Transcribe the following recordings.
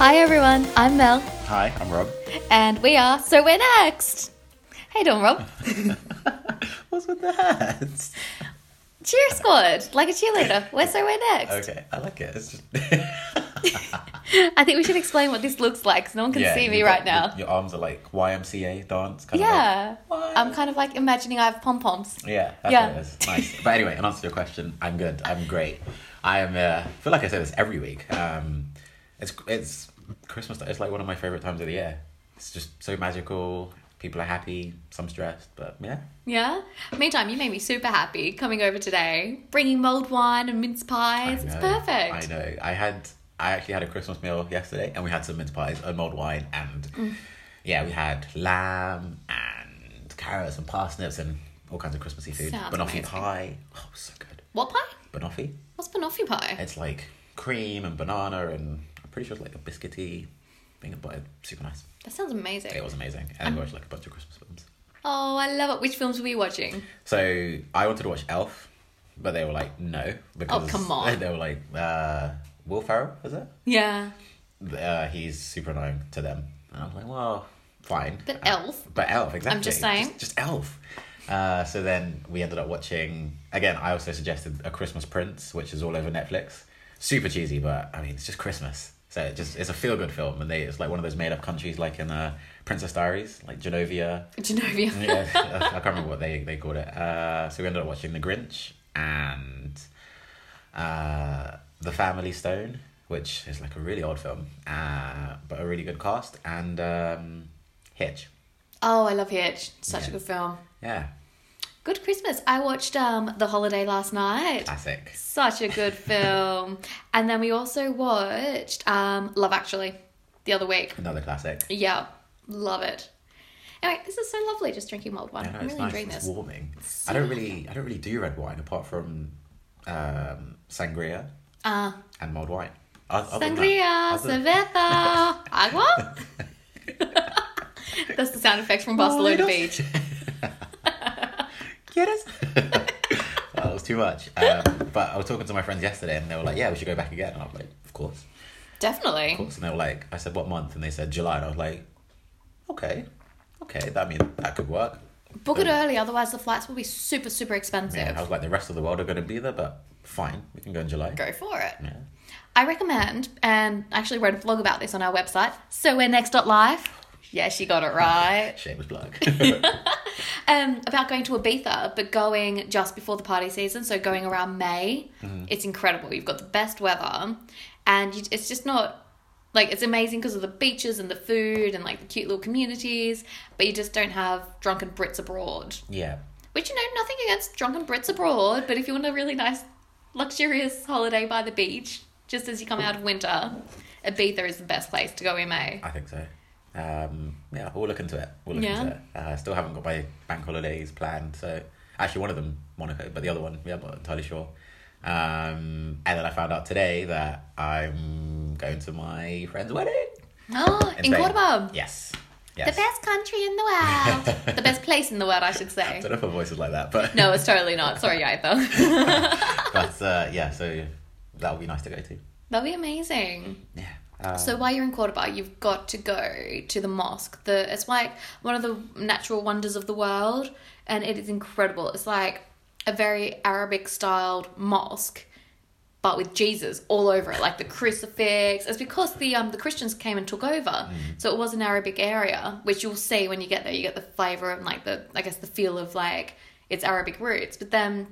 Hi everyone, I'm Mel, Hi, I'm Rob. and we are So We're Next. Hey Don Rob, What's with the hats? cheer squad, like a cheerleader. We're So We're Next. Okay, I like it. It's just... I think we should explain what this looks like, 'cause no one can Yeah, see me you've right got- now. Your, your arms are like YMCA dance. Kind yeah, Of like, I'm kind of like imagining I have pom poms. of... Yeah, that's Yeah. what it is. Nice. but anyway, in answer to your question, I'm good. I'm great. I am. Uh, I feel like I say this every week. Um, it's it's Christmas. It's like one of my favorite times of the year. It's just so magical. People are happy. Some stressed, but yeah. Yeah. Meantime, you made me super happy coming over today, bringing mulled wine and mince pies. It's know, perfect. I know. I had I actually had a Christmas meal yesterday and we had some mince pies and mulled wine and Mm. yeah, we had lamb and carrots and parsnips and all kinds of Christmassy food. Sounds amazing. Banoffee pie. Oh, it was so good. What pie? Banoffee. What's banoffee pie? It's like cream and banana and I'm pretty sure it's like a biscuity thing of butter. Super nice. That sounds amazing. It was amazing. Um. And we watched like a bunch of Christmas films. Oh, I love it. Which films were we watching? So I wanted to watch Elf, but they were like, no. Because Oh, come on. They were like, uh, Will Ferrell, is it? Yeah. uh, he's super annoying to them. And I was like, well, fine. But Uh, Elf. But Elf, exactly. just saying. Just, just Elf. Uh, so then we ended up watching, again, I also suggested A Christmas Prince, which is all over Netflix. Super cheesy, but I mean, it's just Christmas. So it just it's a feel good film, and they it's like one of those made up countries, like in uh, Princess Diaries, like Genovia. Genovia. Yeah, I can't remember what they, they called it. Uh, so we ended up watching The Grinch and uh, The Family Stone, which is like a really old film, uh, but a really good cast, and um, Hitch. Oh, I love Hitch. Such a Yeah. good film. Yeah, Good Christmas. I watched um The Holiday last night. classic. Such a good film. And then we also watched um Love Actually the other week. Another classic. Yeah, love it. Anyway, this is so lovely just drinking mulled wine. I know, I'm it's really nice. enjoying It's this. warming. I don't really, I don't really do red wine apart from um, sangria Ah, and mulled wine. Oth- other than that- sangria, other than- cerveza, agua. That's the sound effects from Barcelona Mojitos. Beach. Yes. that was too much. Um, but I was talking to my friends yesterday, and they were like, "Yeah, we should go back again." And I was like, "Of course, Definitely. of course." And they were like, "I said what month?" And they said July, and I was like, "Okay, okay, that means that could work." Book it early, otherwise the flights will be super, super expensive. Yeah, I was like, "The rest of the world are going to be there, but fine, we can go in July." Go for it. Yeah. I recommend, and I actually wrote a blog about this on our website, so we're next.life. Yeah, she got it right. Shameless plug. um, about going to Ibiza, but going just before the party season, so going around May. It's incredible. You've got the best weather, and you, it's just not like it's amazing because of the beaches and the food and like the cute little communities, but you just don't have drunken Brits abroad. yeah, Which you know, nothing against drunken Brits abroad, but if you want a really nice, luxurious holiday by the beach, just as you come out of winter, Ibiza is the best place to go in May. I think so. Um, yeah, we'll look into it. We'll look Yeah. into it. Uh, still haven't got my bank holidays planned. So actually, one of them Monaco, but the other one, yeah, I'm not entirely sure. Um, and then I found out today that I'm going to my friend's wedding Oh, in, Spain. Cordoba. Yes, The yes. best country in the world. the best place in the world, I should I say. don't know if her voice is like that, but No, it's totally not. Sorry, Yaitha. but uh, yeah, so that would be nice to go to. That'll be amazing. Yeah. Uh, So while you're in Cordoba, you've got to go to the mosque. The it's like one of the natural wonders of the world, and it is incredible. It's like a very Arabic styled mosque, but with Jesus all over it, like the crucifix. It's because the um the Christians came and took over, so it was an Arabic area, which you'll see when you get there. You get the flavor and like the I guess the feel of like its Arabic roots, but then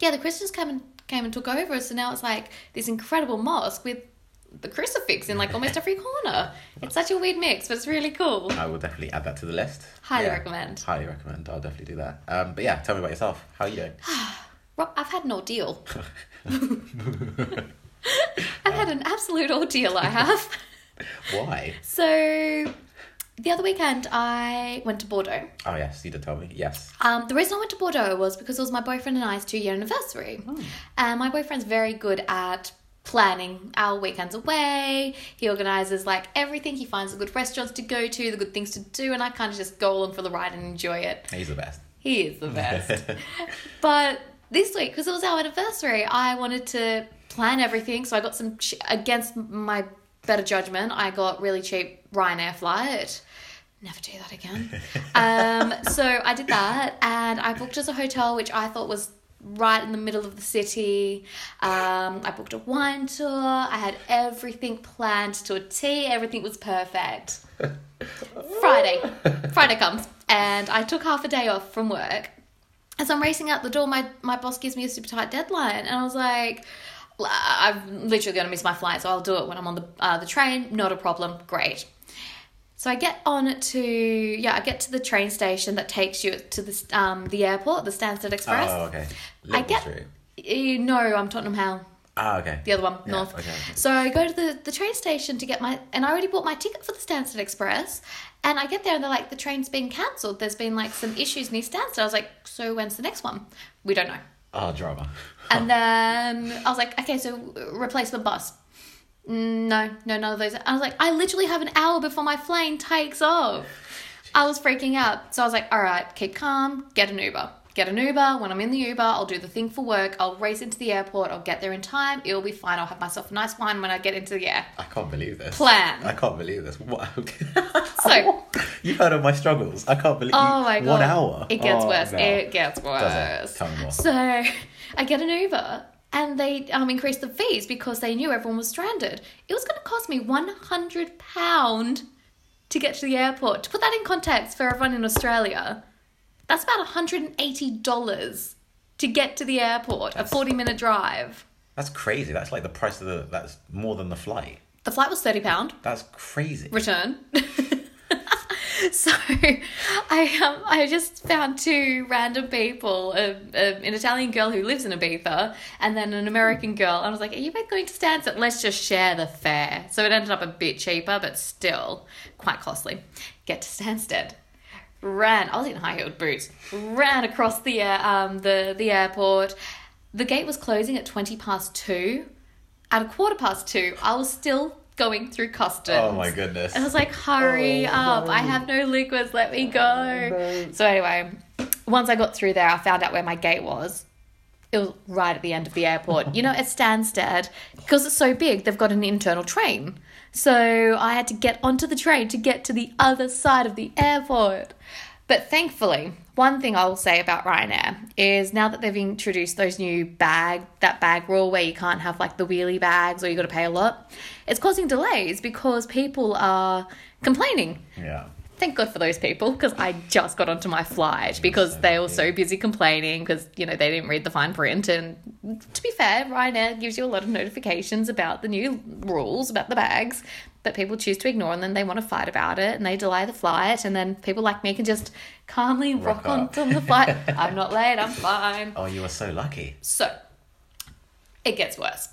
yeah, the Christians came and came and took over, so now it's like this incredible mosque with the crucifix in like almost every corner. It's such a weird mix, but it's really cool. I will definitely add that to the list. Highly Yeah. recommend. Highly recommend. I'll definitely do that. Um, but yeah, tell me about yourself. How are you doing? Rob, I've had an ordeal. I've had an absolute ordeal. I have. Why? So the other weekend, I went to Bordeaux. Oh yes, you did tell me. Yes. Um, the reason I went to Bordeaux was because it was my boyfriend and I's two year anniversary. And my boyfriend's very good at planning our weekends away. He organises like everything. He finds the good restaurants to go to, the good things to do, and I kind of just go along for the ride and enjoy it. He's the best. He is the best. but this week, because it was our anniversary, I wanted to plan everything. So I got some, ch- against my better judgment, I got really cheap Ryanair flight. Never do that again. um, so I did that, and I booked us a hotel which I thought was right in the middle of the city. Um, I booked a wine tour. I had everything planned to a T. Everything was perfect. Friday, Friday comes, and I took half a day off from work. As I'm racing out the door, my my boss gives me a super tight deadline, and I was like. "L- I'm literally going to miss my flight, so I'll do it when I'm on the uh, the train. Not a problem. Great. So I get on to yeah, I get to the train station that takes you to this um the airport, the Stansted Express. Oh, okay. I Liverpool get- Street. Eh, No, I'm Tottenham Hale. Oh, okay. The other one, Yeah, North. okay. So I go to the, the train station to get my, and I already bought my ticket for the Stansted Express. And I get there and they're like, the train's been cancelled. There's been like some issues near Stansted. I was like, so when's the next one? We don't know. Oh, drama. And then I was like, okay, so replacement bus. No, no, none of those. I was like, I literally have an hour before my plane takes off. I was freaking out. So I was like, all right, keep calm, get an Uber. Get an Uber. When I'm in the Uber, I'll do the thing for work. I'll race into the airport. I'll get there in time. It'll be fine. I'll have myself a nice wine when I get into the air. I can't believe this. Plan. I can't believe this. What? So, You've heard of my struggles. I can't believe. oh my God. One hour. It gets Oh, worse. no. It gets Does worse. it? Tell me more. So I get an Uber and they um, increased the fees because they knew everyone was stranded. It was going to cost me £100 to get to the airport. To put that in context for everyone in Australia, that's about $180 to get to the airport, a 40 minute drive. That's crazy. That's like the price of the. That's more than the flight. The flight was £30. That's crazy. return. so I um, I just found two random people, um, um, an Italian girl who lives in Ibiza, and then an American girl. I was like, "Are you both going to Stansted? Let's just share the fare." So it ended up a bit cheaper, but still quite costly. Get to Stansted. Ran. I was in high heeled boots. Ran across the uh, um the the airport. The gate was closing at twenty past two. At a quarter past two, I was still going through customs. oh my goodness. I was like, hurry Oh, up. no. I have no liquids. Let me go. no. So, anyway, once I got through there, I found out where my gate was. It was right at the end of the airport. you know, at Stansted, because it's so big, they've got an internal train. So, I had to get onto the train to get to the other side of the airport. But thankfully, one thing I will say about Ryanair is now that they've introduced those new bag, that bag rule where you can't have like the wheelie bags or you got to pay a lot, it's causing delays because people are complaining. yeah. Thank God for those people because I just got onto my flight because so they were lucky. so busy complaining because, you know, they didn't read the fine print. And to be fair, Ryanair gives you a lot of notifications about the new rules about the bags that people choose to ignore and then they want to fight about it and they delay the flight. And then people like me can just calmly rock, Rock on up. on the flight. I'm not late, I'm fine. Oh, you were so lucky. So it gets worse.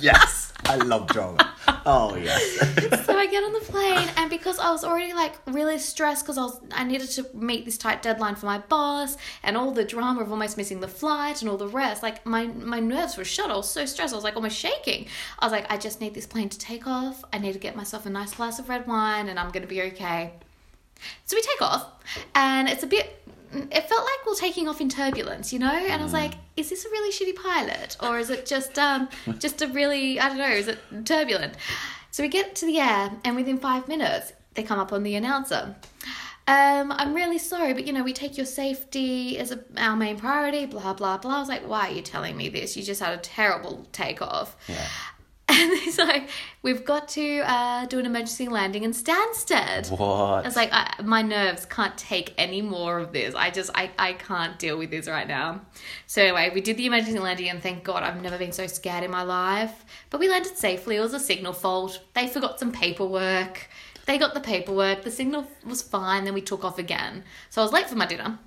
Yes. I love drama. Oh yes. so I get on the plane, and because I was already like really stressed because I was I needed to meet this tight deadline for my boss, and all the drama of almost missing the flight and all the rest. Like my my nerves were shot. I was so stressed. I was like almost shaking. I was like, I just need this plane to take off. I need to get myself a nice glass of red wine, and I'm gonna be okay. So we take off, and it's a bit. It felt like we're taking off in turbulence, you know. And I was like, "Is this a really shitty pilot, or is it just um, just a really I don't know? Is it turbulent?" So we get to the air, and within five minutes, they come up on the announcer. Um, I'm really sorry, but you know, we take your safety as a, our main priority. Blah blah blah. I was like, "Why are you telling me this? You just had a terrible takeoff." Yeah. And he's like, "We've got to uh, do an emergency landing in Stansted." I What? was like, I, my nerves can't take any more of this. I just, I, I can't deal with this right now. So anyway, we did the emergency landing, and thank God I've never been so scared in my life. But we landed safely. It was a signal fault. They forgot some paperwork. They got the paperwork. The signal was fine. Then we took off again. So I was late for my dinner.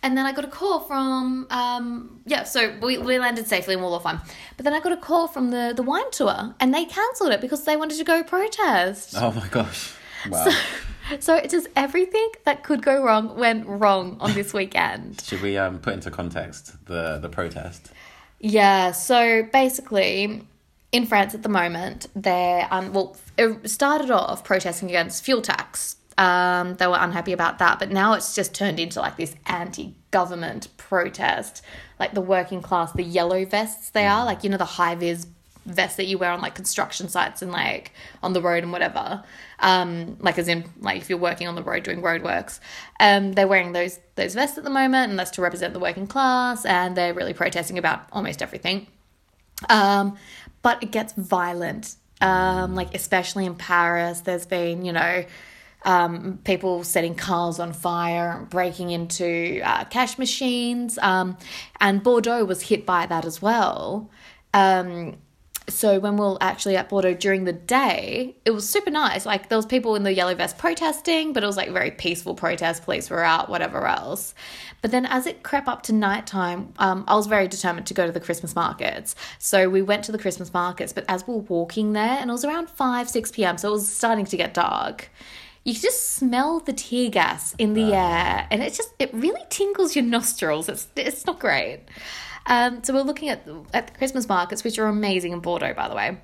And then I got a call from, um, yeah, so we, we landed safely and we're all fine. But then I got a call from the, the wine tour and they cancelled it because they wanted to go protest. Oh my gosh. Wow. So it just everything that could go wrong went wrong on this weekend. Should we um put into context the the protest? yeah. So basically, in France at the moment, they're um, well, it started off protesting against fuel tax. Um, they were unhappy about that, but now it's just turned into like this anti-government protest, like the working class, the yellow vests they are, like you know the high vis vest that you wear on like construction sites and like on the road and whatever. Um, like as in like if you're working on the road doing road works. Um, they're wearing those those vests at the moment, and that's to represent the working class. And they're really protesting about almost everything. Um, but it gets violent. Um, like especially in Paris, there's been you know um, people setting cars on fire, breaking into uh, cash machines, um, and Bordeaux was hit by that as well. Um, so when we were actually at Bordeaux during the day, it was super nice. Like there was people in the yellow vest protesting, but it was like very peaceful protest. Police were out, whatever else. But then as it crept up to nighttime, um, I was very determined to go to the Christmas markets. So we went to the Christmas markets. But as we were walking there, and it was around five six p.m., so it was starting to get dark. You could just smell the tear gas in the air, and it just it really tingles your nostrils. It's it's not great. Um, so we're looking at the, at the Christmas markets, which are amazing in Bordeaux, by the way.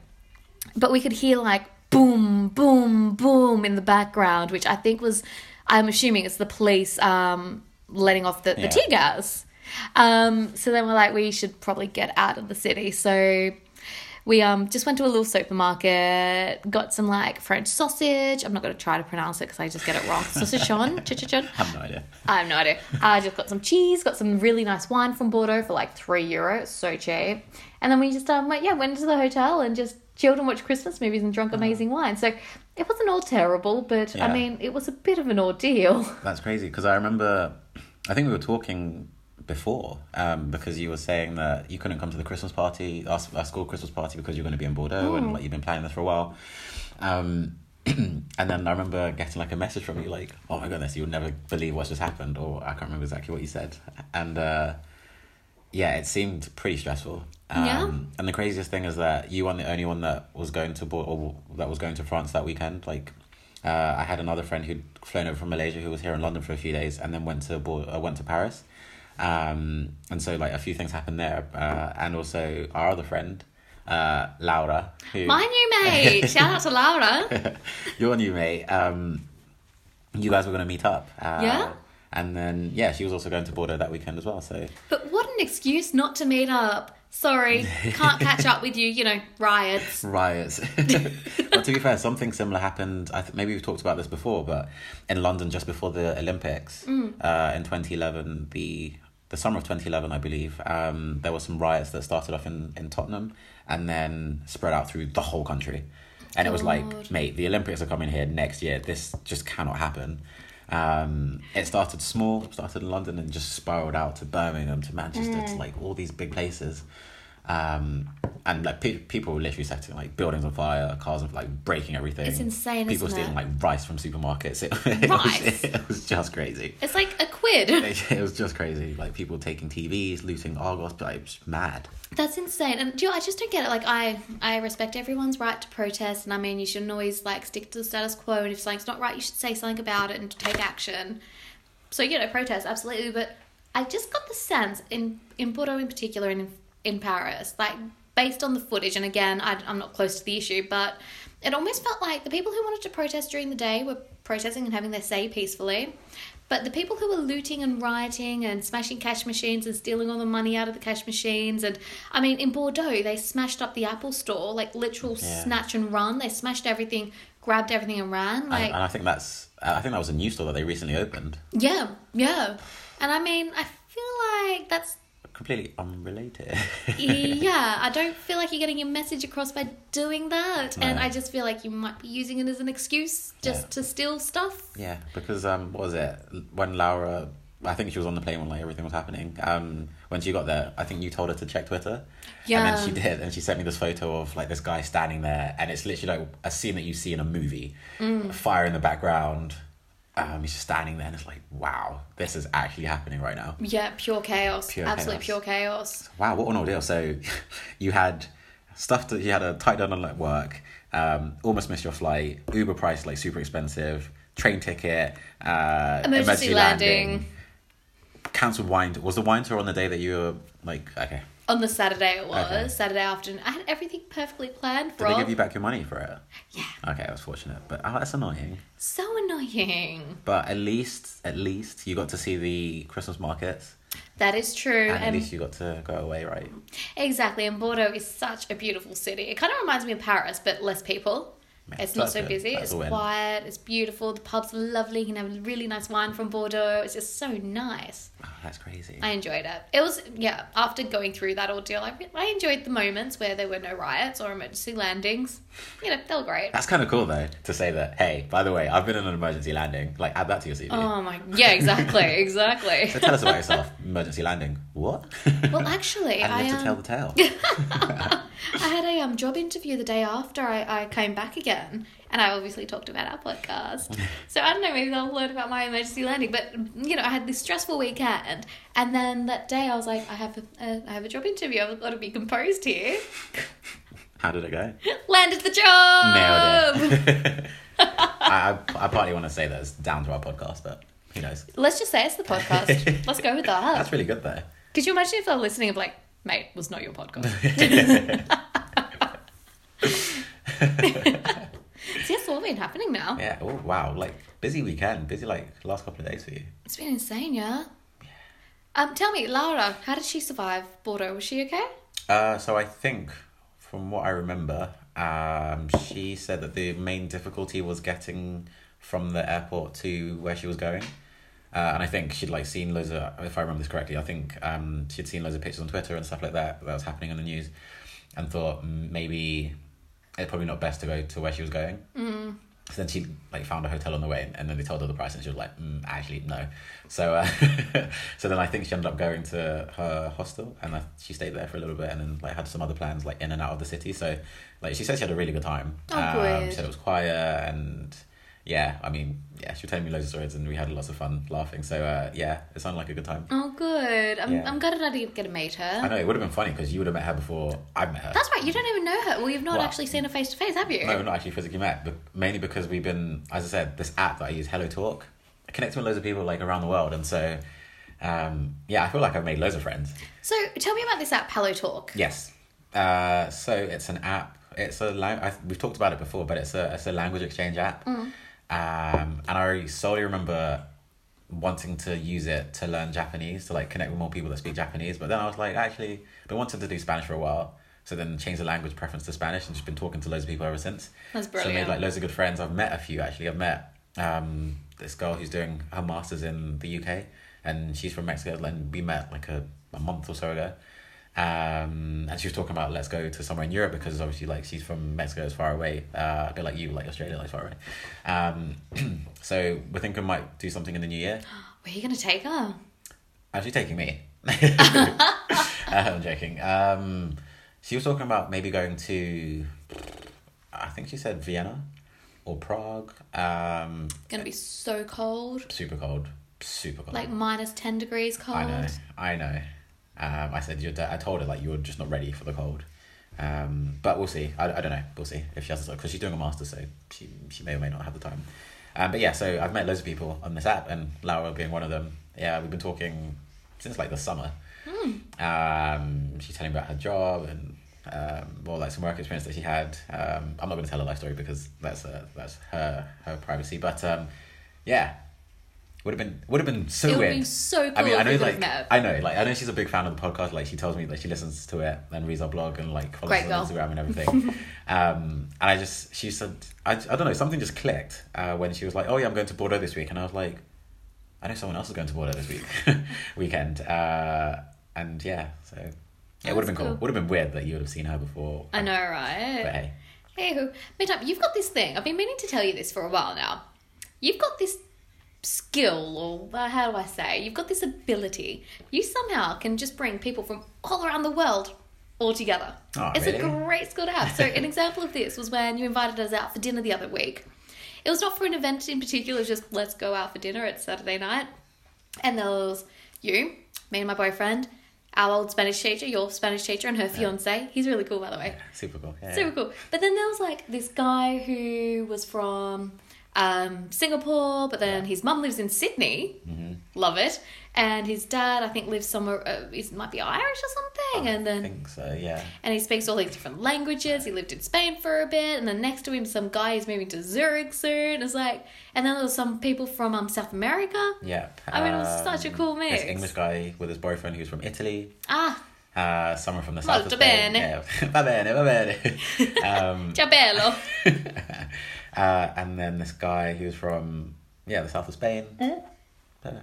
But we could hear like boom, boom, boom in the background, which I think was, I'm assuming it's the police um, letting off the, the Yeah. tear gas. Um, so then we're like, we should probably get out of the city. So we um, just went to a little supermarket, got some like French sausage. I'm not going to try to pronounce it because I just get it wrong. Sausageon, chichachon. I have no idea. I have no idea. Uh, I just got some cheese, got some really nice wine from Bordeaux for like three euro. It's so cheap. And then we just um went, yeah went to the hotel and just chilled and watched Christmas movies and drunk amazing wine. So it wasn't all terrible, but I Yeah. mean it was a bit of an ordeal. That's crazy because I remember, I think we were talking before um, because you were saying that you couldn't come to the Christmas party, our, our school Christmas party, because you're going to be in Bordeaux and like you've been planning this for a while. Um, and then I remember getting like a message from you like, "Oh my goodness, you'll never believe what's just happened," or I can't remember exactly what you said. And uh, yeah, it seemed pretty stressful. Um, Yeah. And the craziest thing is that you were the only one that was going to Bor- or that was going to France that weekend. Like, uh, I had another friend who'd flown over from Malaysia who was here in London for a few days and then went to Bor- uh, went to Paris. Um, and so like a few things happened there, uh, and also our other friend, uh, Laura, who My new mate. Shout out to Laura. your new mate, um, you guys were going to meet up. Uh, Yeah. And then yeah, she was also going to Bordeaux that weekend as well. So But what an excuse not to meet up. Sorry, can't catch up with you, you know, riots. riots. but to be fair, something similar happened. I think maybe we've talked about this before, but in London just before the Olympics, uh, in twenty eleven, the the summer of twenty eleven, I believe, um, there were some riots that started off in in Tottenham and then spread out through the whole country. And it was like, God. mate, the Olympics are coming here next year. This just cannot happen. Um, it started small, started in London, and just spiraled out to Birmingham, to Manchester, to like all these big places um, and like pe- people were literally setting like buildings on fire, cars on like breaking everything. It's insane, People isn't stealing it? like rice from supermarkets. It, it Rice? was, it was just crazy. It's like a quid. It, it was just crazy. Like people taking TVs, looting Argos, like it was mad. That's insane. And do you, I just don't get it. Like I, I respect everyone's right to protest, and I mean you shouldn't always like stick to the status quo. And if something's not right, you should say something about it and take action. So you know, protest absolutely. But I just got the sense in in Bordeaux in particular, and in, in Paris, like based on the footage. And again, I, I'm not close to the issue, but it almost felt like the people who wanted to protest during the day were protesting and having their say peacefully. But the people who were looting and rioting and smashing cash machines and stealing all the money out of the cash machines and I mean in Bordeaux they smashed up the Apple store like literal Yeah. snatch and run they smashed everything grabbed everything and ran And, like and I think that's I think that was a new store that they recently opened. yeah yeah and I mean I feel like that's Completely unrelated. yeah I don't feel like you're getting your message across by doing that and No. I just feel like you might be using it as an excuse just Yeah. to steal stuff Yeah, because um, what was it when Laura? I think she was on the plane when like everything was happening. Um, when she got there, I think you told her to check Twitter. And Yeah. then she did, and she sent me this photo of like this guy standing there, and it's literally like a scene that you see in a movie. A fire in the background. Um, he's just standing there, and it's like, wow, this is actually happening right now. yeah pure chaos Pure absolute chaos. pure chaos Wow, what an ordeal! So, you had stuff that you had a tight deadline at work. Um, almost missed your flight. Uber price like super expensive. Train ticket. Uh, Emergency landing. Cancelled wine. Was the wine tour on the day that you were like okay? On the Saturday it was, Okay. Saturday afternoon. I had everything perfectly planned Did for they give you back your money for it? Yeah. Okay, that's fortunate, but oh, that's annoying. So annoying. But at least, at least you got to see the Christmas markets. That is true. And at And least you got to go away, right? exactly. And Bordeaux is such a beautiful city. It kind of reminds me of Paris, but less people. Man, It's not that's so good. busy. That's It's a win. quiet. It's beautiful. The pub's lovely. You can have really nice wine from Bordeaux. It's just so nice. Oh, that's crazy. I enjoyed it. It was yeah. After going through that ordeal, I re- I enjoyed the moments where there were no riots or emergency landings. You know, they were great. That's kind of cool though to say that. Hey, by the way, I've been on an emergency landing. Like, add that to your CV. Oh my yeah, exactly, exactly. So tell us about yourself. Emergency landing. What? Well, actually, I I live to um, tell the tale. I had a um, job interview the day after I, I came back again, and I obviously talked about our podcast. so I don't know, maybe they'll learn about my emergency landing. But you know, I had this stressful weekend, and then that day I was like, I have a, uh, I have a job interview. I've got to be composed here. How did it go? Landed the Um. job. Nailed it. I, I, I partly want to say that it's down to our podcast, but who knows? Let's just say it's the podcast. Let's go with that. That's really good though. Could you imagine if they're listening of like, mate, was not your podcast. See, that's all been happening now. Yeah. Oh wow. Like busy weekend. Busy like last couple of days for you. It's been insane, yeah. Um, tell me, Laura, how did she survive Bordeaux? Was she okay? Uh, so I think, from what I remember, um, she said that the main difficulty was getting from the airport to where she was going. Uh, and I think she'd like seen loads of, if I remember this correctly, I think um, she'd seen loads of pictures on Twitter and stuff like that that was happening on the news, and thought "Mm, maybe it's probably not best to go to where she was going. So then she like found a hotel on the way, and, and then they told her the price, and she was like, mm, "Actually, no." So, uh, so then I think she ended up going to her hostel, and I, she stayed there for a little bit, and then like had some other plans like in and out of the city. So, like she said, she had a really good time. Um, Oh, good. She said it was quiet, and yeah, I mean, yeah, she was telling me loads of stories, and we had lots of fun laughing. So, uh, yeah, it sounded like a good time. Oh, good. I'm, Yeah. I'm glad I didn't get to meet I her. know it would have been funny because you would have met her before I met her. That's right, you don't even know her. Well, you've not Well, actually seen her face to face, have you? No, we've not actually physically met, but mainly because we've been, as I said, this app that I use, Hello Talk, I connect with loads of people like around the world, and so, um, yeah, I feel like I've made loads of friends. So tell me about this app, Hello Talk. Yes. Uh, so it's an app. It's a lang- I, we've talked about it before, but it's a it's a language exchange app. Um, and I solely remember wanting to use it to learn Japanese to like connect with more people that speak Japanese. But then I was like, actually, I've been wanting to do Spanish for a while. So then changed the language preference to Spanish and just been talking to loads of people ever since. That's So I brilliant. made like loads of good friends. I've met a few actually. I've met um, this girl who's doing her masters in the UK, and she's from Mexico. And we met like a, a month or so ago, um, and she was talking about let's go to somewhere in Europe because obviously like she's from Mexico, it's far away. Uh, a bit like you, like Australia, like far away. Um, so we're thinking might do something in the new year. Where are you going to take her? Actually, taking me. Um, I'm joking. Um, she was talking about maybe going to, I think she said Vienna or Prague. Um, Going to be so cold. super cold, super cold. Like minus 10 degrees cold. I know, I know. Um, I said you're. d- I told her like you're just not ready for the cold. Um, but we'll see. I, I don't know. We'll see if she has the time because she's doing a master, so she she may or may not have the time. Um, but yeah, so I've met loads of people on this app, and Laura being one of them. Yeah, we've been talking since like the summer. Hmm. Um, she's telling me about her job and um, well, like some work experience that she had. Um, I'm not going to tell her life story because that's uh, that's her her privacy. But um, yeah, would have been would have been so It would weird. have been so cool I mean, I if Oh, we know, could have like, met. I know, like, I know she's a big fan of the podcast. Like, she tells me that she listens to it and reads our blog and like follows Great us on Instagram and everything. um, and I just, she said, I, I don't know, something just clicked uh, when she was like, "Oh yeah, I'm going to Bordeaux this week," and I was like, "I know someone else is going to Bordeaux this week weekend." Uh, and yeah, so yeah, it would have been That's cool. cool. Would have been weird that you would have seen her before. I know, But right? hey, Hey, who? Meetup, you've got this thing. I've been meaning to tell you this for a while now. You've got this skill, or uh, how do I say? You've got this ability. You somehow can just bring people from all around the world all together. Oh, it's a really? great skill to have. So, an example of this was when you invited us out for dinner the other week. It was not for an event in particular, it was just let's go out for dinner. It's Saturday night. And there was you, me and my boyfriend, our old Spanish teacher, your Spanish teacher, and her fiance. He's really cool, by the way. super cool. Yeah. Super cool. But then there was like this guy who was from um, Singapore, but then his mum lives in Sydney. Love it. and his dad I think lives somewhere. Uh, he might be Irish or something, and I then think so, yeah. and he speaks all these different languages. He lived in Spain for a bit, and then next to him, some guy is moving to Zurich soon. It's like, and then there was some people from um South America. Yeah. um, I mean, it was such a cool this mix. English guy with his boyfriend who's from Italy. Ah, Uh, someone from the south. Molto of Spain. bene. Yeah. va bene, va bene. Um, Jabello. uh, and then this guy who's from yeah the south of Spain. Dunno.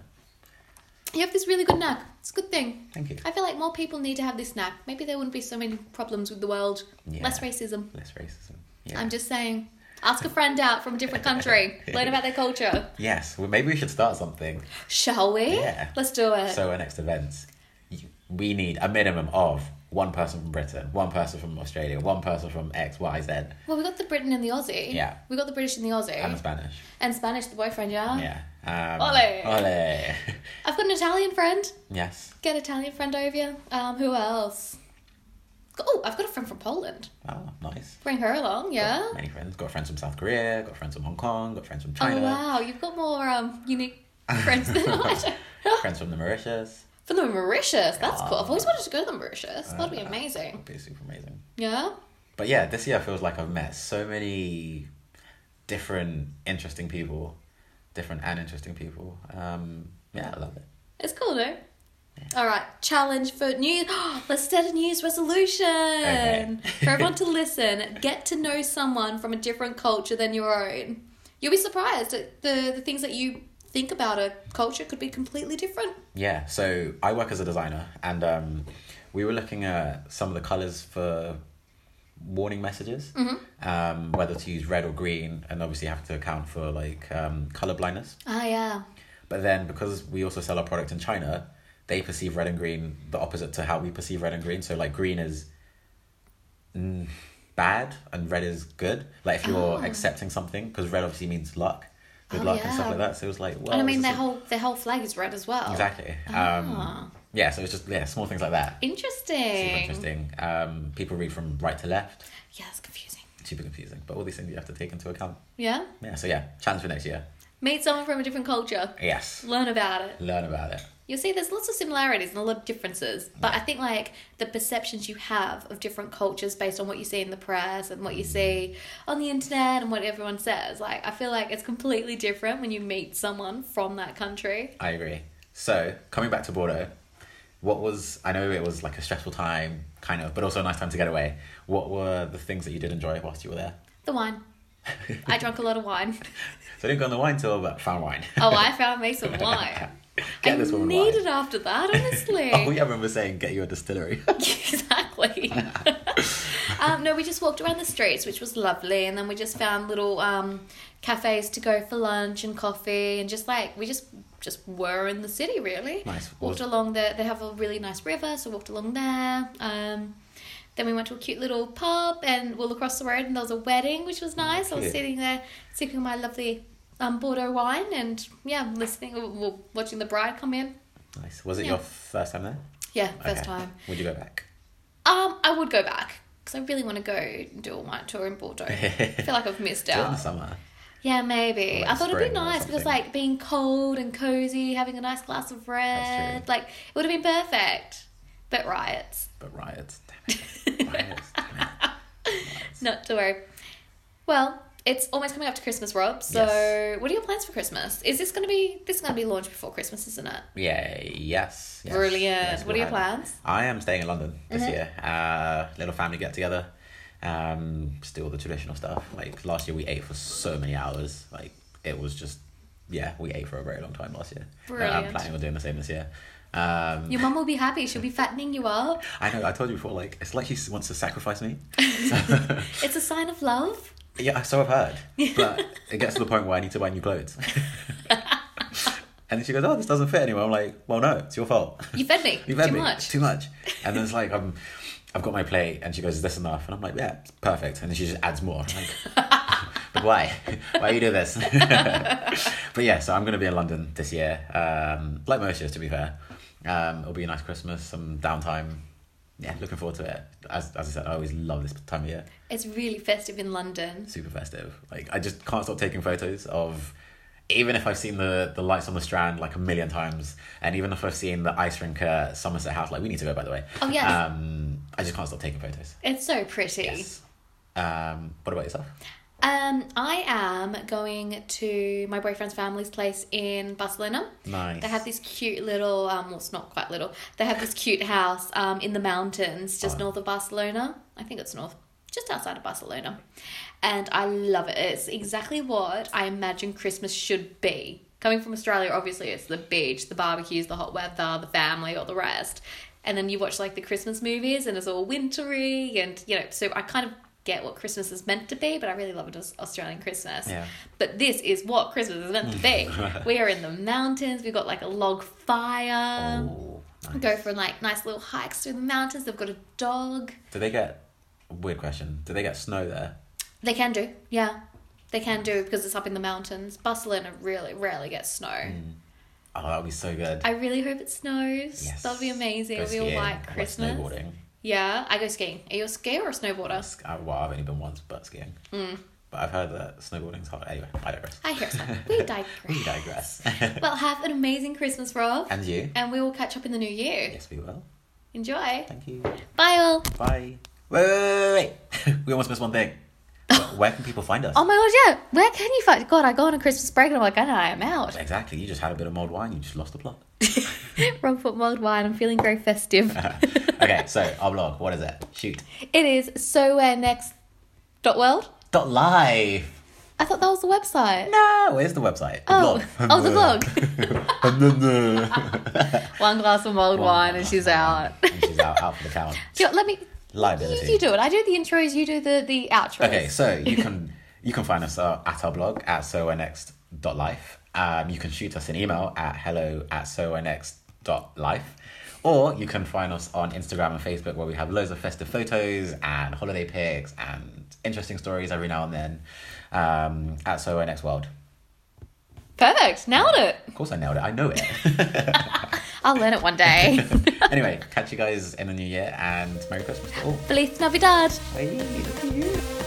you have this really good knack. It's a good thing. Thank you. I feel like more people need to have this knack. Maybe there wouldn't be so many problems with the world. Yeah. Less racism. Less racism. Yeah. I'm just saying. Ask a friend out from a different country. Learn about their culture. Yes. Well, maybe we should start something. Shall we? Yeah. Let's do it. So our next events, you- we need a minimum of one person from Britain, one person from Australia, one person from X, Y, Z, well, we got the Briton and the Aussie. Yeah. We got the British and the Aussie. and a Spanish. And Spanish, the boyfriend, yeah? Yeah. Um, Ah. Ole. Ole. I've got an Italian friend. yes. Get an Italian friend over here. Um, who else? Oh, I've got a friend from Poland. Oh, nice. Bring her along, yeah? Many friends. Got friends from South Korea. Got friends from Hong Kong. Got friends from Oh, China. wow. You've got more um, unique friends than I do. Friends from the Mauritius. From the Mauritius. That's cool. I've always Ah. wanted to go to the Mauritius. That'd be Ah. amazing. That'd be super amazing. Yeah? But yeah, this year feels like I've met so many different interesting people, different and interesting people. Um, yeah, I love it. It's cool, though. All right, challenge for new. Let's set a New Year's resolution Okay. for everyone to listen. Get to know someone from a different culture than your own. You'll be surprised at the the things that you think about a culture could be completely different. Yeah, so I work as a designer, and um, we were looking at some of the colors for warning messages, um, whether to use red or green, and obviously have to account for like um, color blindness. Ah, yeah, But then because we also sell our product in China, they perceive red and green the opposite to how we perceive red and green. So like green is mm, bad and red is good. Like if you're Oh. accepting something, because red obviously means luck, good Oh, luck and yeah. stuff like that. So it was like, well, and I mean this their is- whole their whole flag is red as well. exactly. Um, Ah. yeah, so it's just yeah, small things like that. Super Interesting. interesting. Um, people read from right to left. Yeah, it's confusing. Super confusing, but all these things you have to take into account. Yeah, Yeah, so yeah, challenge for next year. meet someone from a different culture. Yes, Learn about it. learn about it. You'll see there's lots of similarities and a lot of differences, but I think like the perceptions you have of different cultures based on what you see in the press and what Mm. you see on the internet and what everyone says, like I feel like it's completely different when you meet someone from that country. I agree. So coming back to Bordeaux, what was I know it was like a stressful time, kind of, but also a nice time to get away. What were the things that you did enjoy whilst you were there? The wine. I drank a lot of wine. So I didn't go on the wine tour, but found wine. Oh, I found me some wine. I Get this woman need it wine. after that, honestly. Oh, yeah, I remember saying get you a distillery. exactly. um, no, we just walked around the streets, which was lovely, and then we just found little um, cafes to go for lunch and coffee, and just like we just just were in the city really. Nice. Walked along there. They have a really nice river, so walked along there. Um, then we went to a cute little pub, and well across the road, and there was a wedding, which was nice. I was Cute. sitting there sipping my lovely. Um, Bordeaux wine and yeah, listening, well, watching the bride come in. nice. Was it Yeah. your first time there? Yeah, first Okay. time. Would you go back? Um, I would go back because I really want to go and do a wine tour in Bordeaux. I feel like I've missed Do it in the out. summer. Yeah, maybe. Or I in thought it'd be spring or nice because something. like being cold and cozy, having a nice glass of red, like it would have been perfect. But riots, But riots. Damn it. Riots. Damn it. not to worry. Well, it's almost coming up to Christmas, Rob. So, Yes. what are your plans for Christmas? Is this gonna be this is gonna be launched before Christmas, isn't it? Yeah, yes. yes Brilliant. yes, what are your we'll have- plans? I am staying in London this year. Uh, little family get together. Um, just do all the traditional stuff. Like last year, we ate for so many hours. Like it was just, yeah, we ate for a very long time last year. Uh, I'm Brilliant. planning on doing the same this year. Um, Your mum will be happy. She'll be fattening you up. I know. I told you before. Like it's like she s- wants to sacrifice me. It's a sign of love. Yeah, so I've heard. But it gets to the point where I need to buy new clothes. and then she goes, "Oh, this doesn't fit anymore." I'm like, "Well, no, it's your fault." You fed me You've had too me. much. Too much. And then it's like, um, I've got my plate, and she goes, "Is this enough?" And I'm like, "Yeah, it's perfect." And then she just adds more. I'm like, but why? Why you do this? but yeah, so I'm gonna be in London this year. Um, like most years, to be fair. Um, it'll be a nice Christmas, some downtime. Yeah, looking forward to it. As as I said, I always love this time of year. It's really festive in London. Super festive. Like I just can't stop taking photos of. even if I've seen the, the lights on the Strand like a million times, and even if I've seen the ice rink at Somerset House, like we need to go by the way. Oh, yes. Um, I just can't stop taking photos. It's so pretty. Yes. Um, what about yourself? Um, I am going to my boyfriend's family's place in Barcelona. Nice. They have this cute little, um, well, it's not quite little. They have this cute house um, in the mountains, just Oh. north of Barcelona. I think it's north, just outside of Barcelona. And I love it. It's exactly what I imagine Christmas should be. Coming from Australia, obviously, it's the beach, the barbecues, the hot weather, the family, all the rest. And then you watch like the Christmas movies, and it's all wintry, and you know. So I kind of get what Christmas is meant to be, but I really love it as Australian Christmas. Yeah. But this is what Christmas is meant to be. we are in the mountains. We've got like a log fire. Ooh, Oh, nice. um, Go for like nice little hikes through the mountains. They've got a dog. Do they get weird question? Do they get snow there? They can do, yeah. They can do because it's up in the mountains. Barcelona really rarely gets snow. Oh, that would be so good. I really hope it snows. Yes. That'll be amazing. Go we all skiing, like I Christmas. snowboarding. yeah, I go skiing. Are you a skier or a snowboarder? Sk- I- Well, I've only been once, but skiing. But I've heard that snowboarding's hard. Anyway, I digress. Mm. I hear it's not. We digress. We digress. Well, have an amazing Christmas, Rob. and you? And we will catch up in the new year. Yes, we will. Enjoy. Thank you. Bye all. Bye. Wait, wait, wait, wait. we almost missed one thing. Wh- Where can people find us? Oh my god, yeah. Where can you find? God, I go on a Christmas break and I'm like, I know, I'm out. Exactly. You just had a bit of mulled wine. You just lost the plot. Wrong foot mulled wine. I'm feeling very festive. okay, so our blog. What is it? Shoot. it is so where next. Dot world. Dot live. I thought that was the website. No, where's the website? The Oh. Oh, the blog. One glass of mulled wine and she's out. and she's out, out for the count. Yeah, let me. You, Liability. you do it. I do the intros. You do the the outros. Okay, so you can you can find us uh, at our blog at sonext.life. Um, you can shoot us an email at hello at sonext.life. Or you can find us on Instagram and Facebook where we have loads of festive photos and holiday pics and interesting stories every now and then um, at SoNX World. Perfect. Nailed it. Of course, I nailed it. I know it. I'll learn it one day. anyway, catch you guys in the new year and Merry Christmas to all. Feliz Navidad. Bye.